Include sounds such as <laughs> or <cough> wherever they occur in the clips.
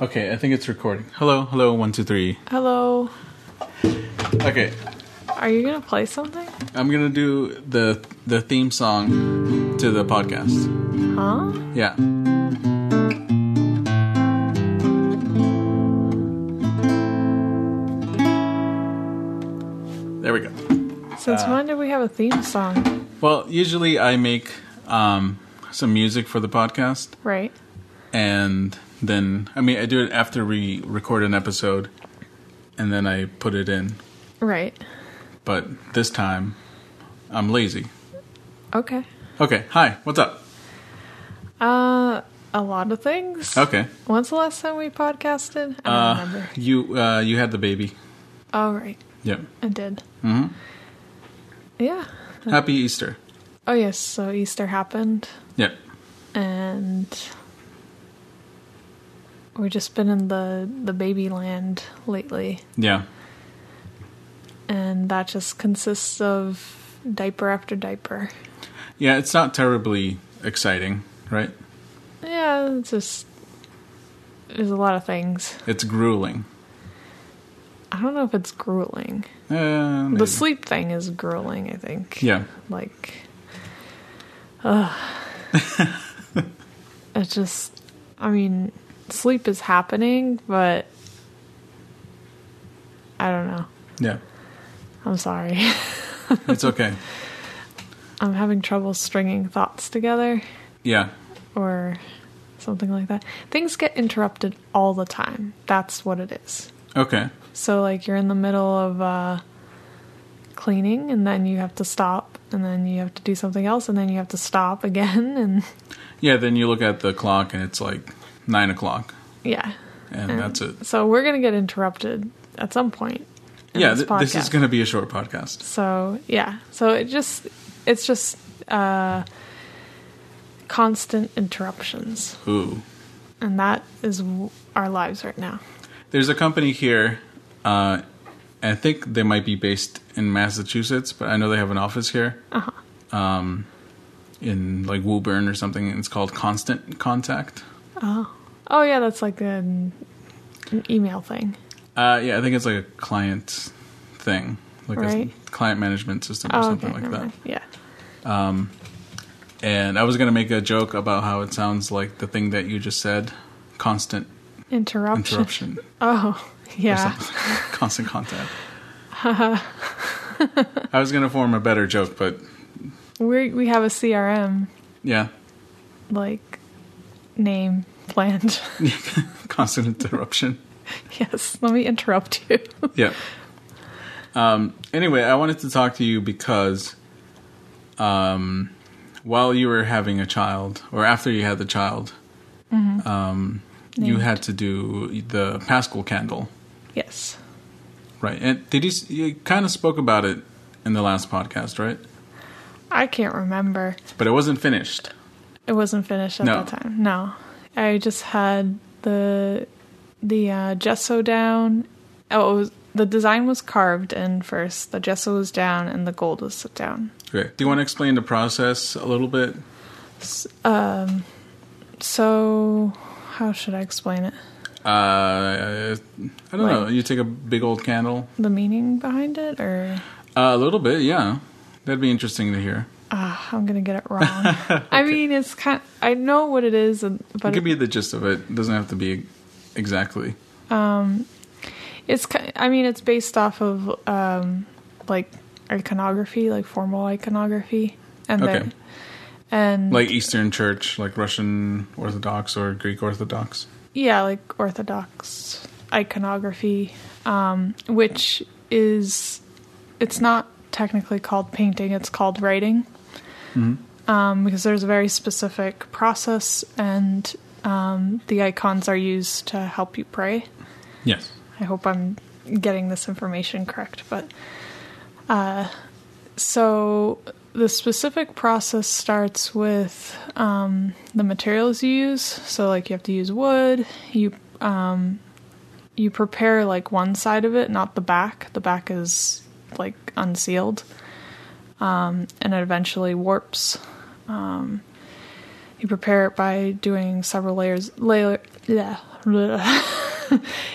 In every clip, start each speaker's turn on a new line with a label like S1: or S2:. S1: Okay, I think it's recording. Hello, hello, one, two, three.
S2: Hello.
S1: Okay,
S2: Are you gonna play something?
S1: I'm gonna do the the theme song to the podcast.
S2: Huh?
S1: Yeah. There we go. Uh,
S2: Since when did we have a theme song?
S1: Well, usually I make um, some music for the podcast,
S2: Right.
S1: and then I mean I do it after we record an episode, and then I put it in.
S2: Right.
S1: But this time, I'm lazy.
S2: Okay.
S1: Okay, hi, what's up?
S2: Uh a lot of things.
S1: Okay.
S2: When's the last time we podcasted? I don't
S1: Uh,
S2: remember.
S1: you uh, you had the baby.
S2: Oh right.
S1: Yep.
S2: I did.
S1: Mhm.
S2: Yeah.
S1: Happy Easter.
S2: Oh yes, so Easter happened
S1: Yep.
S2: and we've just been in the, the baby land lately.
S1: Yeah.
S2: And that just consists of diaper after diaper.
S1: Yeah, it's not terribly exciting, right?
S2: Yeah, it's just there's a lot of things.
S1: It's grueling.
S2: I don't know if it's grueling.
S1: Uh, maybe.
S2: The sleep thing is grueling, I think.
S1: yeah. <laughs>
S2: Like, <sighs> ugh. it's just, I mean, sleep is happening, but I don't know.
S1: Yeah.
S2: I'm sorry. <laughs>
S1: It's okay.
S2: I'm having trouble stringing thoughts together
S1: yeah.
S2: or something like that. Things get interrupted all the time. That's what it is.
S1: Okay.
S2: So like you're in the middle of uh, cleaning, and then you have to stop, and then you have to do something else, and then you have to stop again, <laughs> and
S1: Yeah, then you look at the clock and it's like nine o'clock,
S2: yeah.
S1: and that's it.
S2: So we're gonna get interrupted at some point. in
S1: Yeah, th- this is
S2: podcast.
S1: going to be a short podcast.
S2: So yeah. So it just it's just uh, constant interruptions,
S1: Ooh.
S2: and that is w- our lives right now.
S1: There's a company here. Uh, I think they might be based in Massachusetts, but I know they have an office here. Um,
S2: Uh-huh.
S1: in like Woburn or something. And it's called Constant Contact.
S2: Oh yeah, that's like an, an email thing.
S1: Uh, yeah, I think it's like a client thing, like a
S2: Right.
S1: client management system or
S2: Oh,
S1: something
S2: okay,
S1: like
S2: never
S1: that.
S2: mind. Yeah.
S1: And I was gonna make a joke about how it sounds like the thing that you just said, constant
S2: Interruption.
S1: interruption
S2: <laughs> Oh
S1: or
S2: yeah.
S1: something, <laughs> constant
S2: <laughs>
S1: contact. I was gonna form a better joke, but
S2: We we have a CRM
S1: yeah,
S2: like name planned. <laughs>
S1: constant interruption.
S2: yes, let me interrupt you. <laughs>
S1: Yeah. Um, anyway, I wanted to talk to you because um, while you were having a child, or after you had the child, um, you
S2: Named.
S1: had to do the Paschal candle,
S2: yes.
S1: right? And did you, s- you kind of spoke about it in the last podcast, right?
S2: I can't remember.
S1: But it wasn't finished.
S2: It wasn't finished at
S1: No.
S2: that time. No. I just had the the uh, gesso down. Oh, it was, the design was carved in first. The gesso was down and the gold was down.
S1: Okay. Do you want to explain the process a little bit?
S2: So, how should I explain it?
S1: Uh, I don't know.
S2: Like-
S1: You take a big old candle.
S2: The meaning behind it or
S1: Uh, a little bit, yeah. That'd be interesting to hear.
S2: Ah, I'm gonna get it
S1: <laughs>
S2: wrong. I mean, it's kind. I know what it is, and-
S1: it
S2: but
S1: could be the gist of it. It doesn't have to be exactly.
S2: it's. ki- I mean, it's based off of um, like iconography, like formal iconography, and
S1: Okay.
S2: then and
S1: Like Eastern Church, like Russian Orthodox or Greek Orthodox.
S2: yeah, like Orthodox iconography, um, which is it's not technically called painting; it's called writing,
S1: Mm-hmm.
S2: um, because there's a very specific process, and um, the icons are used to help you pray.
S1: Yes.
S2: I hope I'm getting this information correct, but uh, so the specific process starts with um, the materials you use. So, like, you have to use wood. You um, you prepare like one side of it, not the back. The back is like unsealed, um, and it eventually warps. Um, You prepare it by doing several layers. Layer, yeah. <laughs>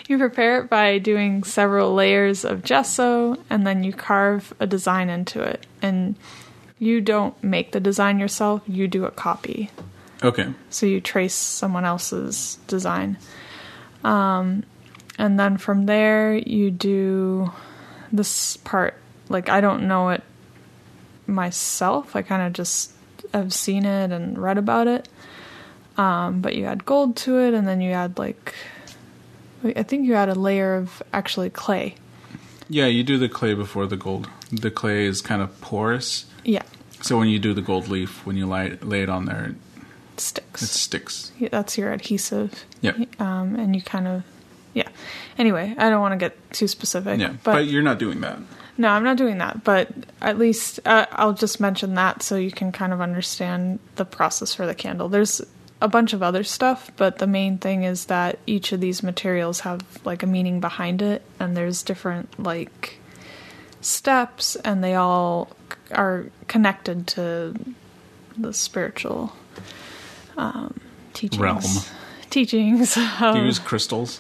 S2: you prepare it by doing several layers of gesso, and then you carve a design into it. And you don't make the design yourself; you do a copy.
S1: Okay.
S2: So you trace someone else's design. Um, and then from there, you do this part. Like, I don't know it myself. I kind of just have seen it and read about it. Um, but you add gold to it, and then you add, like, I think you add a layer of actually clay.
S1: Yeah, you do the clay before the gold. The clay is kind of porous.
S2: Yeah,
S1: So when you do the gold leaf, when you lay, lay it on there,
S2: sticks.
S1: it sticks.
S2: Yeah, that's your adhesive.
S1: Yep.
S2: Um, and you kind of, yeah. Anyway, I don't want to get too specific.
S1: Yeah. But,
S2: but
S1: you're not doing that.
S2: No, I'm not doing that, but at least uh, I'll just mention that so you can kind of understand the process for the candle. There's a bunch of other stuff, but the main thing is that each of these materials have like a meaning behind it, and there's different like steps, and they all c- are connected to the spiritual um, teachings.
S1: Realm.
S2: Teachings. <laughs> um,
S1: Do you
S2: of-
S1: use crystals?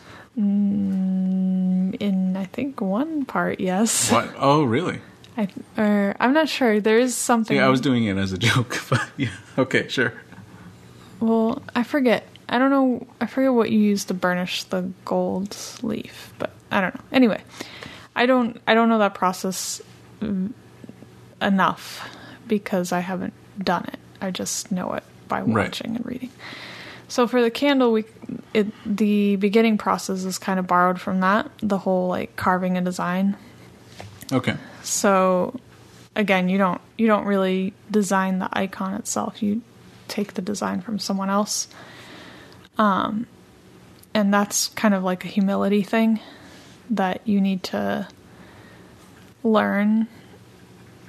S2: in I think one part, yes.
S1: What? Oh, really?
S2: I or I'm not sure. There is something.
S1: Yeah, I was doing it as a joke, <laughs> but yeah. Okay, sure.
S2: well, I forget. I don't know. I forget what you use to burnish the gold leaf, but I don't know. Anyway, I don't. I don't know that process mm, enough because I haven't done it. I just know it by
S1: Right.
S2: watching and reading. So for the candle, we it the beginning process is kind of borrowed from that. The whole like carving and design.
S1: Okay.
S2: So again, you don't you don't really design the icon itself. You take the design from someone else. Um and that's kind of like a humility thing that you need to learn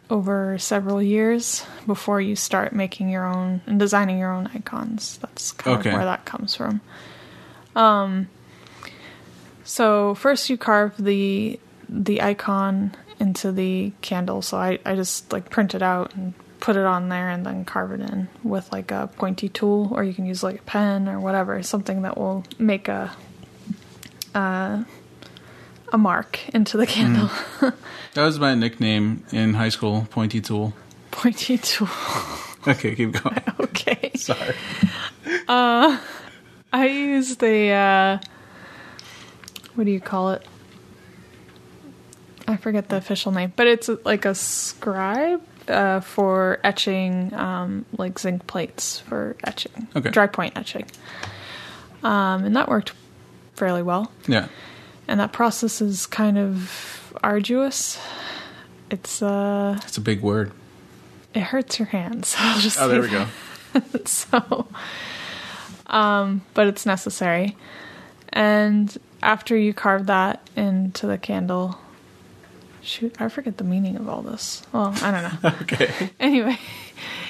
S2: over several years before you start making your own and designing your own icons. That's kind
S1: Okay.
S2: of where that comes from. Um so first you carve the the icon into the candle. So I, I just like print it out and put it on there and then carve it in with like a pointy tool or you can use like a pen or whatever, something that will make a a, a mark into the <laughs> candle.
S1: That was my nickname in high school, Pointy Tool.
S2: pointy tool. <laughs>
S1: Okay, keep going.
S2: Okay. <laughs> Uh,
S1: Sorry.
S2: I used a uh, what do you call it? I forget the official name, but it's uh, like a scribe uh, for etching, um, like zinc plates for etching,
S1: Okay.
S2: dry point etching, um, and that worked fairly well.
S1: Yeah.
S2: And that process is kind of arduous. It's uh,
S1: It's a big word.
S2: it hurts your hands. <laughs> I'll just
S1: Oh,
S2: say
S1: there we
S2: that.
S1: go.
S2: <laughs> so um but it's necessary and after you carve that into the candle shoot i forget the meaning of all this well i don't know
S1: Okay.
S2: anyway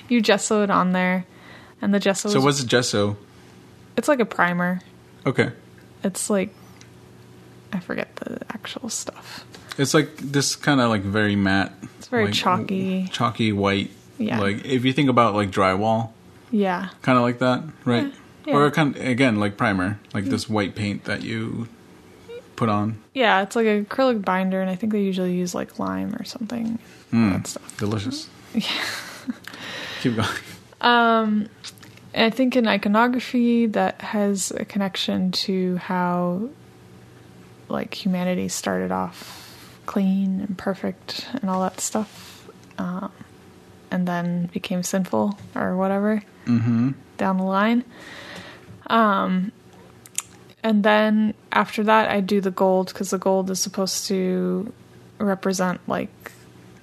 S2: you gesso it on there and the gesso
S1: So
S2: is-
S1: what's gesso?
S2: it's like a primer
S1: Okay.
S2: it's like i forget the actual stuff
S1: It's like this kind of like very matte. It's
S2: very chalky.
S1: Chalky white.
S2: Yeah.
S1: Like if you think about like drywall,
S2: yeah
S1: kind of like that, right?
S2: Yeah, Mm. yeah.
S1: Or kind again like primer, like this white paint that you put on.
S2: yeah it's like an acrylic binder and i think they usually use like lime or something that stuff
S1: Delicious.
S2: Mm-hmm.
S1: Yeah.
S2: <laughs>
S1: Keep going.
S2: I think in iconography that has a connection to how like humanity started off clean and perfect and all that stuff uh, and then became sinful or whatever down the line um, and then after that i do the gold because the gold is supposed to represent like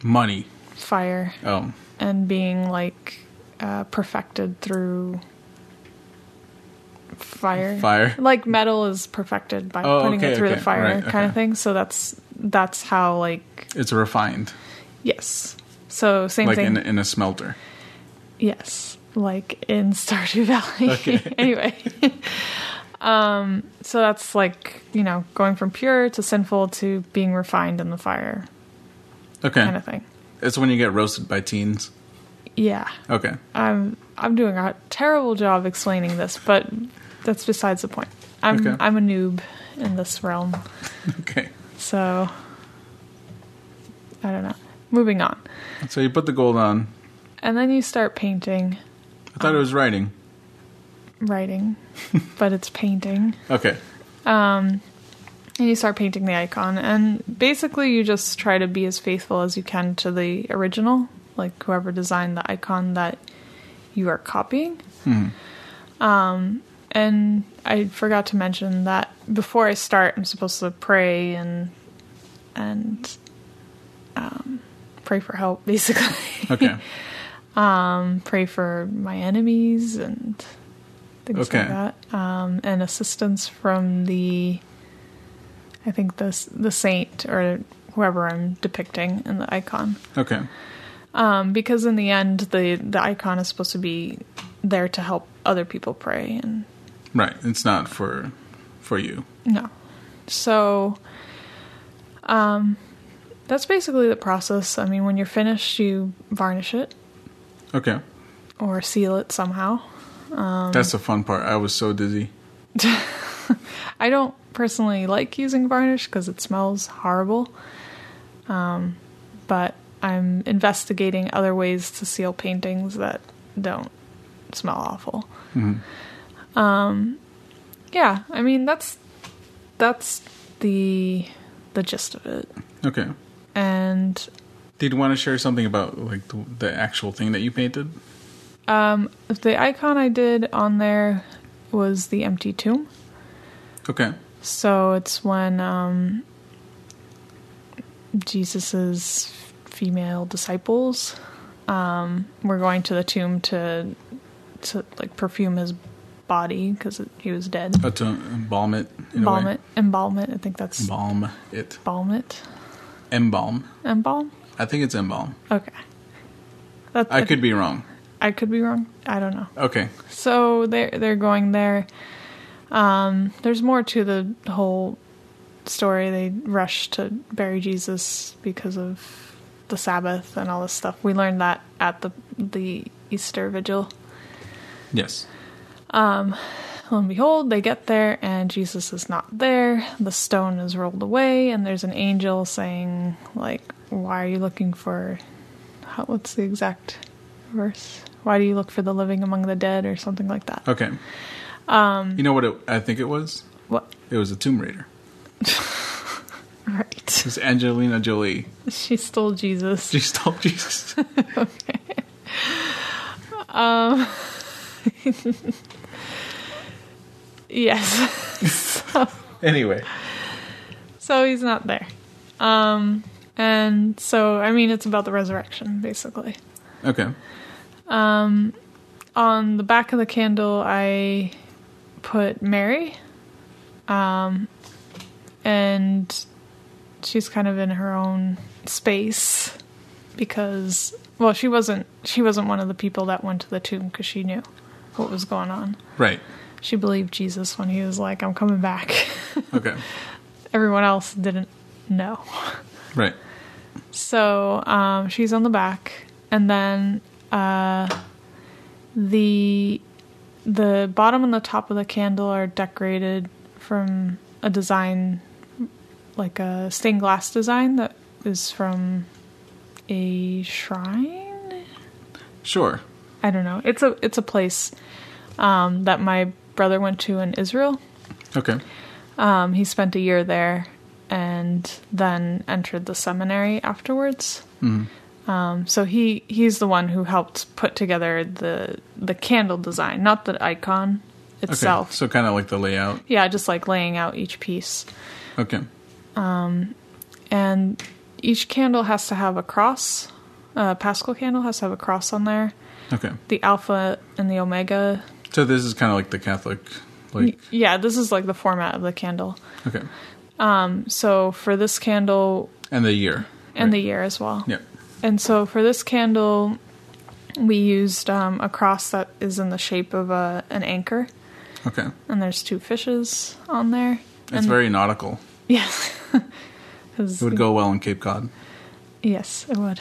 S1: Money.
S2: fire
S1: Oh,
S2: and being like uh, perfected through fire.
S1: Fire.
S2: Like metal is perfected by
S1: Oh,
S2: putting
S1: okay,
S2: it through
S1: okay,
S2: the fire
S1: right,
S2: kind
S1: okay.
S2: of thing. So that's that's how like
S1: it's refined,
S2: yes. So same
S1: like
S2: thing.
S1: in, in a smelter.
S2: Yes, like in Stardew Valley.
S1: Okay.
S2: <laughs> anyway, um, so that's like you know going from pure to sinful to being refined in the fire
S1: Okay.
S2: kind of thing.
S1: It's when you get roasted by teens.
S2: Yeah.
S1: Okay.
S2: I'm I'm doing a terrible job explaining this, but that's besides the point. I'm
S1: Okay.
S2: I'm a noob in this realm.
S1: Okay.
S2: So I don't know. Moving on.
S1: So you put the gold on.
S2: And then you start painting,
S1: I
S2: Uh.
S1: thought it was writing.
S2: writing, but it's painting.
S1: Okay.
S2: And you start painting the icon and basically you just try to be as faithful as you can to the original, like whoever designed the icon that you are copying. Um, And I forgot to mention that before I start, I'm supposed to pray and and um, pray for help, <laughs> basically.
S1: Okay.
S2: and Um, pray for my enemies and things
S1: Okay.
S2: like that, um, and assistance from the I think the s- the saint or whoever I'm depicting in the icon.
S1: Okay.
S2: Um, because in the end, the the icon is supposed to be there to help other people pray and
S1: Right. It's not for for you.
S2: No. So um that's basically the process. I mean, when you're finished, you varnish it
S1: Okay.
S2: or seal it somehow.
S1: That's the fun part. I was so dizzy.
S2: I don't personally like using varnish because it smells horrible. Um, but I'm investigating other ways to seal paintings that don't smell awful. Um, yeah, I mean that's that's the the gist of it.
S1: Okay.
S2: And
S1: Did you want to share something about like the, the actual thing that you painted?
S2: The icon I did on there was the empty tomb.
S1: Okay.
S2: So it's when um, Jesus's female disciples um, were going to the tomb to to like perfume his body because he was dead.
S1: Uh, to embalm it. in a
S2: Embalm
S1: way.
S2: it, embalm it. I think that's
S1: Embalm it.
S2: embalm it,
S1: Embalm.
S2: embalm.
S1: I think it's embalm.
S2: Okay, that,
S1: I could be wrong.
S2: I could be wrong. I don't know.
S1: Okay.
S2: So they're they're going there. Um, there's more to the whole story. They rush to bury Jesus because of the Sabbath and all this stuff. We learned that at the the Easter vigil.
S1: Yes.
S2: Lo and behold, they get there and Jesus is not there. The stone is rolled away, and there's an angel saying, "Like, why are you looking for? How, what's the exact verse? Why do you look for the living among the dead, or something like that?"
S1: Okay. Um. You know what? It, I think it was.
S2: What? <laughs>
S1: It was a Tomb Raider.
S2: Right.
S1: It was Angelina Jolie. <laughs>
S2: <laughs> She stole Jesus.
S1: She stole
S2: <laughs>
S1: Jesus.
S2: Yes. <laughs> so,
S1: anyway.
S2: so he's not there. Um, and so, I mean, it's about the resurrection, basically.
S1: Okay.
S2: On the back of the candle, I put Mary. Um, and she's kind of in her own space because, well, she wasn't, she wasn't one of the people that went to the tomb because she knew what was going on.
S1: Right.
S2: She believed Jesus when he was like, I'm coming back. <laughs>
S1: Okay.
S2: everyone else didn't know.
S1: Right.
S2: So um, she's on the back, and then uh, the the bottom and the top of the candle are decorated from a design, like a stained glass design that is from a shrine.
S1: Sure.
S2: I don't know. It's a it's a place um, that my brother went to in Israel.
S1: Okay.
S2: Um, he spent a year there and then entered the seminary afterwards.
S1: Mm-hmm.
S2: Um, so he he's the one who helped put together the the candle design, not the icon
S1: Okay.
S2: itself.
S1: So kind of like the layout.
S2: Yeah, just like laying out each piece.
S1: Okay.
S2: And each candle has to have a cross. Uh, Paschal candle has to have a cross on there.
S1: Okay.
S2: The alpha and the omega.
S1: So this is kind of like the Catholic, like
S2: Yeah, this is like the format of the candle.
S1: okay,
S2: So for this candle
S1: and the year.
S2: and the year as well.
S1: Yeah.
S2: And so for this candle, we used um, a cross that is in the shape of a, an anchor,
S1: Okay.
S2: and there's two fishes on there.
S1: It's very nautical.
S2: Yes. 'Cause-
S1: It would go well in Cape Cod.
S2: Yes, it would.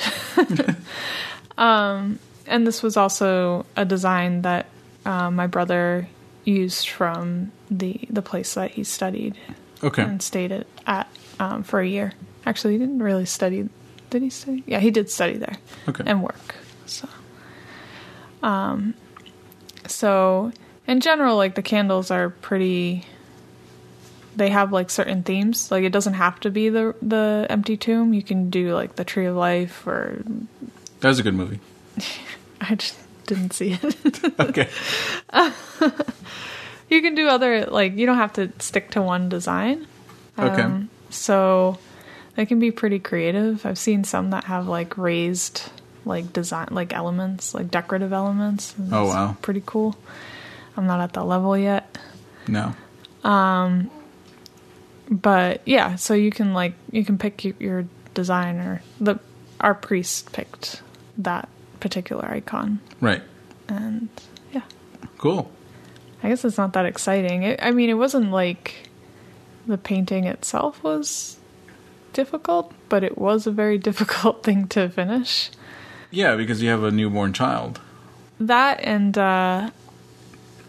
S2: <laughs> um, and this was also a design that uh, my brother used from the the place that he studied
S1: Okay.
S2: and stayed at, at um, for a year. Actually, he didn't really study. Did he study? Yeah, he did study there
S1: Okay.
S2: and work. So, um, so in general, like the candles are pretty. They have like certain themes. Like it doesn't have to be the the empty tomb. You can do like the tree of life, or <laughs>
S1: That was a good movie.
S2: I just didn't see it. <laughs>
S1: Okay.
S2: you can do other like you don't have to stick to one design.
S1: Okay.
S2: Um, so they can be pretty creative. I've seen some that have like raised like design like elements, like decorative elements. and
S1: Oh,
S2: it's
S1: wow.
S2: Pretty cool. I'm not at that level yet.
S1: no.
S2: But yeah, so you can like you can pick your, your designer. The our priest picked that particular icon
S1: Right.
S2: and yeah.
S1: Cool.
S2: I guess it's not that exciting. It, I mean, it wasn't like the painting itself was difficult, but it was a very <laughs> difficult thing to finish.
S1: Yeah, because you have a newborn child.
S2: That and uh,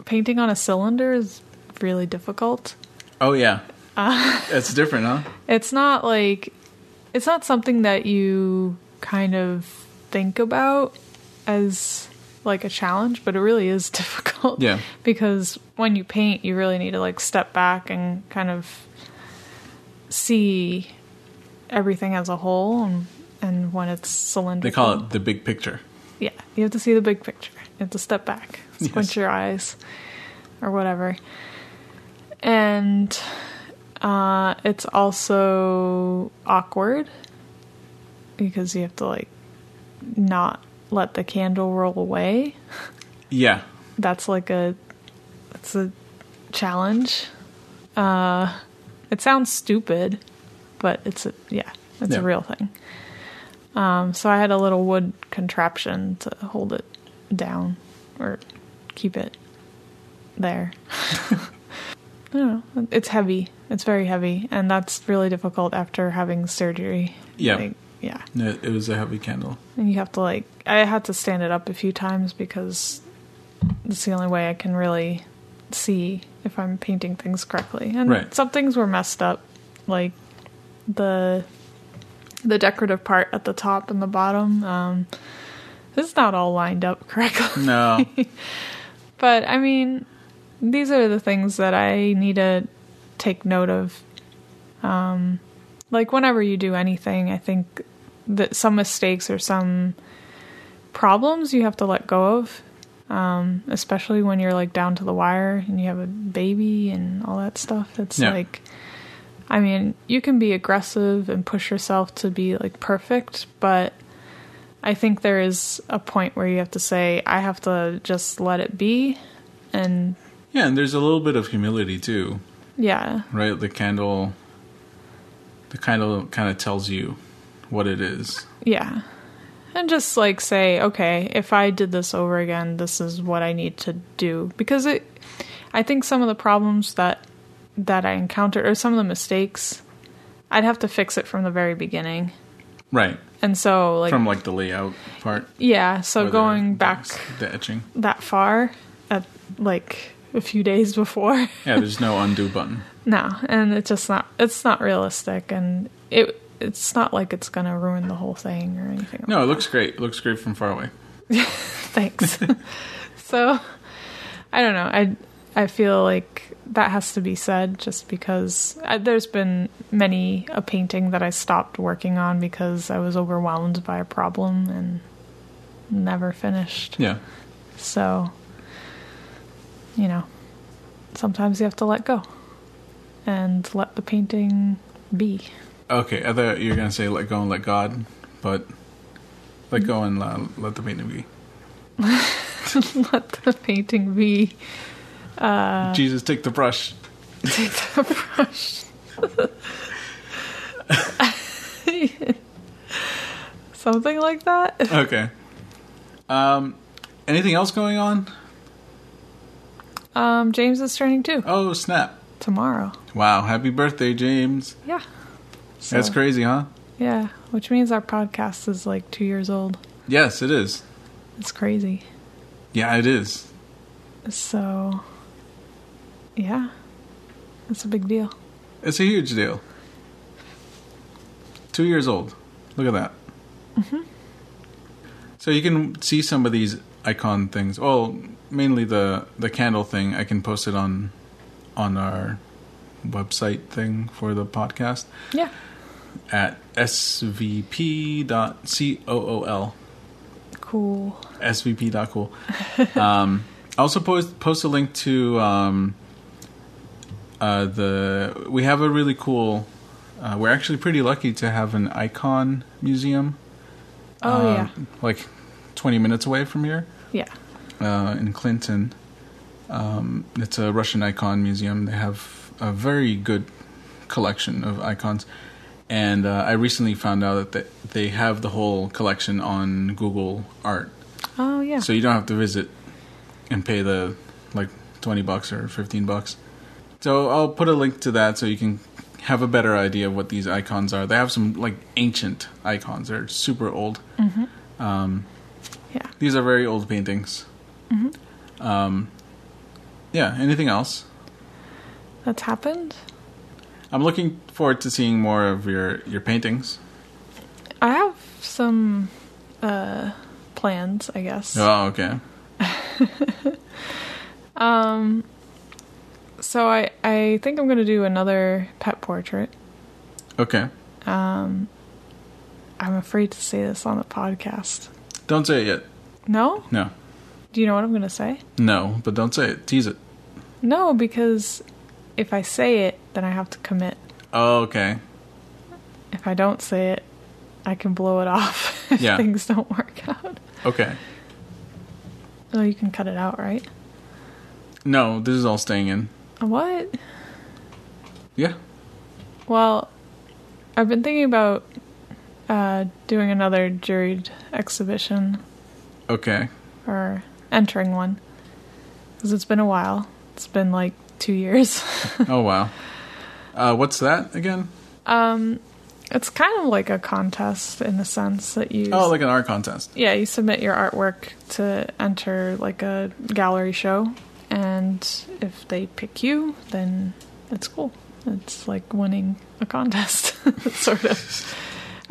S2: painting on a cylinder is really difficult.
S1: Oh yeah.
S2: <laughs> Ah.
S1: That's different, huh?
S2: It's not like it's not something that you kind of think about as like a challenge, but it really is <laughs> difficult.
S1: Yeah.
S2: Because when you paint, you really need to like step back and kind of see everything as a whole and and when it's cylindrical.
S1: They call it the big picture.
S2: Yeah, you have to see the big picture. You have to step back, squint
S1: Yes.
S2: your eyes, or whatever. And uh, it's also awkward because you have to like not let the candle roll away.
S1: Yeah.
S2: That's like a that's a challenge. Uh, it sounds stupid, but it's a yeah, it's
S1: Yeah.
S2: a real thing. Um, so I had a little wood contraption to hold it down or keep it there. <laughs> I don't know. It's heavy. It's very heavy, and that's really difficult after having surgery.
S1: Yeah.
S2: Like, yeah.
S1: No, It was a heavy candle.
S2: And you have to like I had to stand it up a few times because it's the only way I can really see if I'm painting things correctly. And
S1: Right.
S2: some things were messed up, like the the decorative part at the top and the bottom. Um, it's not all lined up <laughs> correctly.
S1: No.
S2: But I mean, these are the things that I need to take note of. Um, like whenever you do anything, I think that some mistakes or some problems you have to let go of. Um, especially when you're like down to the wire and you have a baby and all that stuff. It's
S1: Yeah.
S2: like, I mean, you can be aggressive and push yourself to be like perfect, but I think there is a point where you have to say, I have to just let it be. And
S1: yeah, and there's a little bit of humility too,
S2: yeah,
S1: right? The candle the candle kind of tells you what it is.
S2: yeah. And just like say, okay, if I did this over again, this is what I need to do. Because it, I think some of the problems that, that I encountered or some of the mistakes, I'd have to fix it from the very beginning.
S1: Right.
S2: And so like,
S1: From like the layout part.
S2: yeah,
S1: or
S2: so
S1: the-
S2: going back
S1: the etching.
S2: that far at like a few days <laughs> before
S1: Yeah, there's no undo button.
S2: No, and it's just not it's not realistic and it it's not like it's gonna ruin the whole thing or anything.
S1: No, it looks great. It looks great from far away.
S2: Thanks. <laughs> so I don't know. I I feel like that has to be said just because I, there's been many a painting that I stopped working on because I was overwhelmed by a problem and never finished.
S1: Yeah.
S2: So, you know, sometimes you have to let go and let the painting be. <laughs>
S1: Okay, I thought you were gonna say let go and let God, but let go and uh, let the painting be.
S2: let the painting be. Uh.
S1: Jesus, take the brush.
S2: Take the brush. Something like that.
S1: Okay. Um, anything else going on?
S2: Um, James is turning two
S1: Oh snap!
S2: tomorrow.
S1: Wow, happy birthday, James.
S2: Yeah.
S1: That's
S2: So,
S1: crazy, huh?
S2: Yeah, which means our podcast is like two years old.
S1: Yes, it is.
S2: It's crazy.
S1: Yeah, it is.
S2: So, yeah, it's a big deal.
S1: It's a huge deal. Two years old. Look at that. So you can see some of these icon things. Well, mainly the the candle thing. I can post it on on our website thing for the podcast
S2: Yeah.
S1: at svp.cool.
S2: Cool.
S1: svp.cool. um, I also post post a link to um, uh, the. We have a really cool. Uh, we're actually pretty lucky to have an icon museum.
S2: Oh,
S1: um, Like twenty minutes away from here
S2: yeah. Yeah.
S1: uh, in Clinton. Um, it's a Russian icon museum. They have a very good collection of icons. And uh, I recently found out that they- they have the whole collection on Google Art.
S2: Oh, yeah.
S1: So you don't have to visit and pay the like 20 bucks or 15 bucks. So I'll put a link to that so you can have a better idea of what these icons are. They have some like ancient icons. They're super old. Um,
S2: Mm-hmm. Yeah. Mm-hmm.
S1: These are very old paintings. Um, yeah. Anything else?
S2: That's happened.
S1: I'm looking forward to seeing more of your your paintings.
S2: I have some uh, plans, I guess.
S1: Oh, okay.
S2: So I, I think I'm going to do another pet portrait.
S1: Okay.
S2: I'm afraid to say this on the podcast.
S1: Don't say it yet.
S2: No?
S1: No.
S2: Do you know what I'm going to say?
S1: No, but don't say it. Tease it.
S2: No, because if I say it, then I have to commit.
S1: Oh, okay.
S2: If I don't say it, I can blow it off <laughs> if
S1: Yeah.
S2: things don't work out. <laughs>
S1: Okay.
S2: Oh, you can cut it out, right?
S1: No, this is all staying in.
S2: What?
S1: Yeah.
S2: Well, I've been thinking about uh, doing another juried exhibition
S1: Okay.
S2: or entering one because it's been a while. It's been like two years. <laughs>
S1: Oh wow. Uh, what's that again?
S2: it's kind of like a contest in the sense that you
S1: Oh, like an art contest.
S2: yeah you submit your artwork to enter like a gallery show, and if they pick you, then it's cool. It's like winning a contest, <laughs> sort of.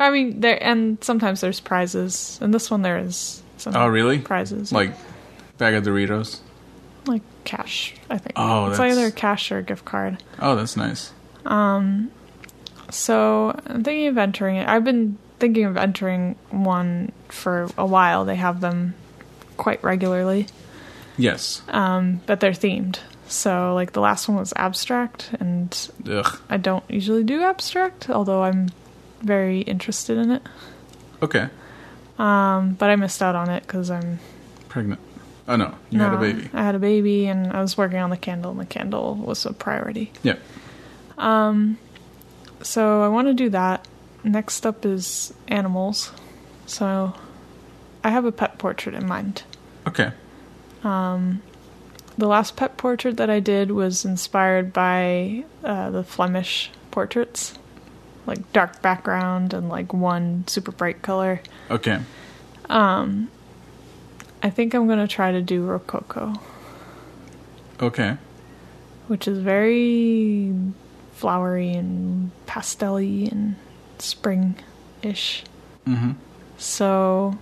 S2: I mean, there and sometimes there's prizes, and this one there is. Some
S1: Oh, really?
S2: Prizes,
S1: Like bag of Doritos.
S2: like cash. I think.
S1: Oh,
S2: it's
S1: that's-
S2: either cash or a gift card.
S1: Oh, that's nice.
S2: So I'm thinking of entering it. I've been thinking of entering one for a while. They have them quite regularly,
S1: Yes.
S2: but they're themed. So like the last one was abstract, and
S1: Ugh.
S2: I don't usually do abstract, although I'm very interested in it.
S1: Okay.
S2: Um, But I missed out on it because I'm
S1: Pregnant. Oh no, you had a
S2: no,
S1: baby.
S2: I had a baby, and I was working on the candle, and the candle was a priority.
S1: Yeah.
S2: So I want to do that. Next up is animals. So I have a pet portrait in mind.
S1: Okay.
S2: The last pet portrait that I did was inspired by uh, the Flemish portraits, like dark background and like one super bright color.
S1: Okay.
S2: I think I'm gonna try to do Rococo,
S1: Okay.
S2: which is very flowery and pastelly and spring ish.
S1: Mm-hmm.
S2: So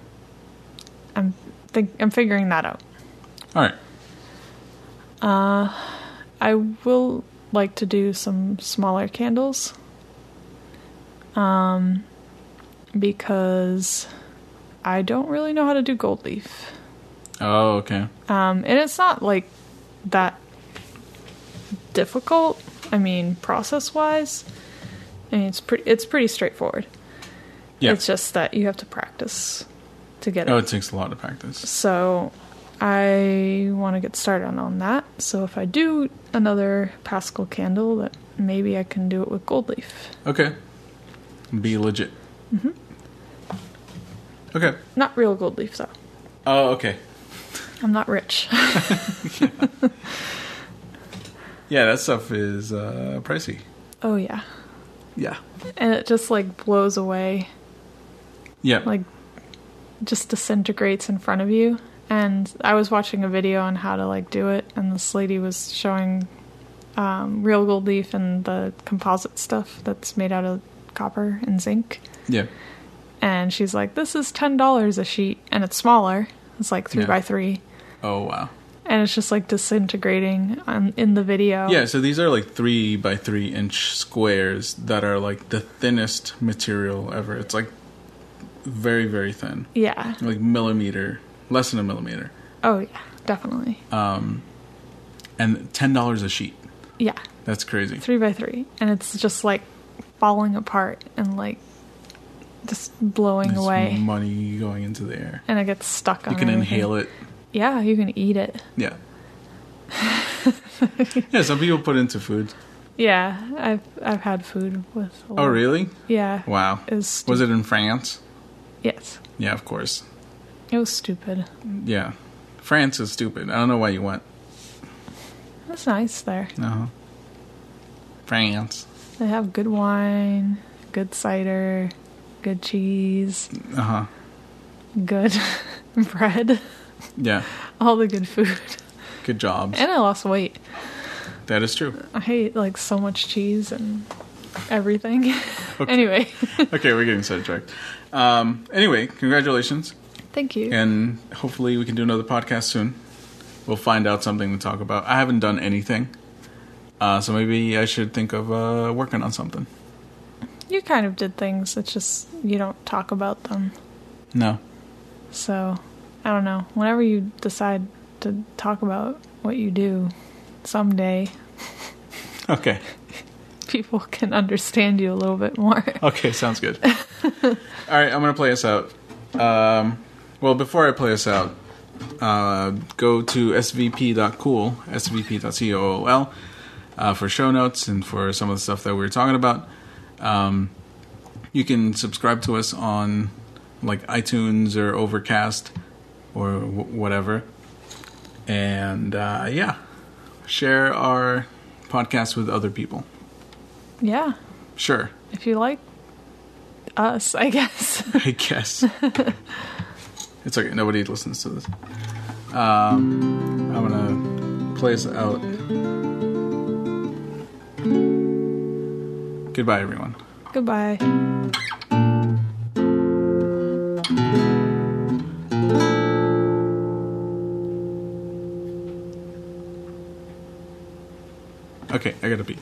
S2: I'm think I'm figuring that out.
S1: All right.
S2: I will like to do some smaller candles. Um because I don't really know how to do gold leaf.
S1: Oh, okay.
S2: Um and it's not like that difficult. I mean, process-wise, I mean, it's pretty it's pretty straightforward.
S1: Yeah.
S2: It's just that you have to practice to get it.
S1: Oh, it takes a lot of practice.
S2: So I want to get started on, on that. So if I do another Pascal candle, that maybe I can do it with gold leaf.
S1: Okay. Be legit. Mm-hmm. Okay.
S2: Not real gold leaf though.
S1: Oh, okay.
S2: I'm not rich. <laughs>
S1: Yeah, that stuff is uh, pricey.
S2: oh yeah.
S1: Yeah.
S2: And it just like blows away
S1: Yeah.
S2: like just disintegrates in front of you. And I was watching a video on how to like do it, and this lady was showing um, real gold leaf and the composite stuff that's made out of copper and zinc.
S1: Yeah.
S2: And she's like, "This is ten dollars a sheet, and it's smaller. It's like three
S1: Yeah.
S2: by three,
S1: Oh wow.
S2: and it's just like disintegrating on, in the video."
S1: Yeah, so these are like three by three inch squares that are like the thinnest material ever. It's like very, very thin.
S2: Yeah.
S1: Like millimeter, less than a millimeter.
S2: Oh yeah, definitely.
S1: Uh. And ten dollars a sheet.
S2: yeah.
S1: That's crazy.
S2: three by three, and it's just like falling apart and like just blowing
S1: There's
S2: away,
S1: money going into the air.
S2: and it gets stuck on.
S1: You can inhale it.
S2: Yeah, you can eat it.
S1: Yeah. yeah, some people put into food.
S2: Yeah, I've I've had food with. a
S1: Oh
S2: lot.
S1: really?
S2: Yeah.
S1: Wow.
S2: It was, stu-
S1: Was it in France?
S2: Yes,
S1: Yeah, of course.
S2: it was stupid.
S1: Yeah. France is stupid. I don't know why you went.
S2: It was nice there.
S1: No. France.
S2: They have good wine, good cider, good cheese,
S1: Uh huh.
S2: good <laughs> bread,
S1: Yeah.
S2: all the good food.
S1: Good jobs.
S2: And I lost weight.
S1: That is true.
S2: I ate like so much cheese and everything. <laughs> anyway,
S1: Okay, we're getting sidetracked. Um, anyway, congratulations.
S2: thank you.
S1: And hopefully we can do another podcast soon. We'll find out something to talk about. I haven't done anything. Uh, so maybe I should think of uh, working on something.
S2: You kind of did things, it's just you don't talk about them.
S1: No.
S2: So, I don't know. Whenever you decide to talk about what you do, someday <laughs>
S1: Okay.
S2: people can understand you a little bit more. <laughs>
S1: Okay, sounds good. All right, I'm going to play us out. Um, well, before I play us out, uh, go to svp.cool, svp.cool, uh, for show notes and for some of the stuff that we were talking about. Um, you can subscribe to us on like iTunes or Overcast or w- whatever. And uh, yeah, share our podcast with other people.
S2: Yeah,
S1: Sure.
S2: if you like us, I guess.
S1: <laughs>
S2: <laughs>
S1: I guess. it's okay. Nobody listens to this. Um, I'm gonna play this out. Goodbye, everyone.
S2: Goodbye.
S1: Okay, I gotta pee.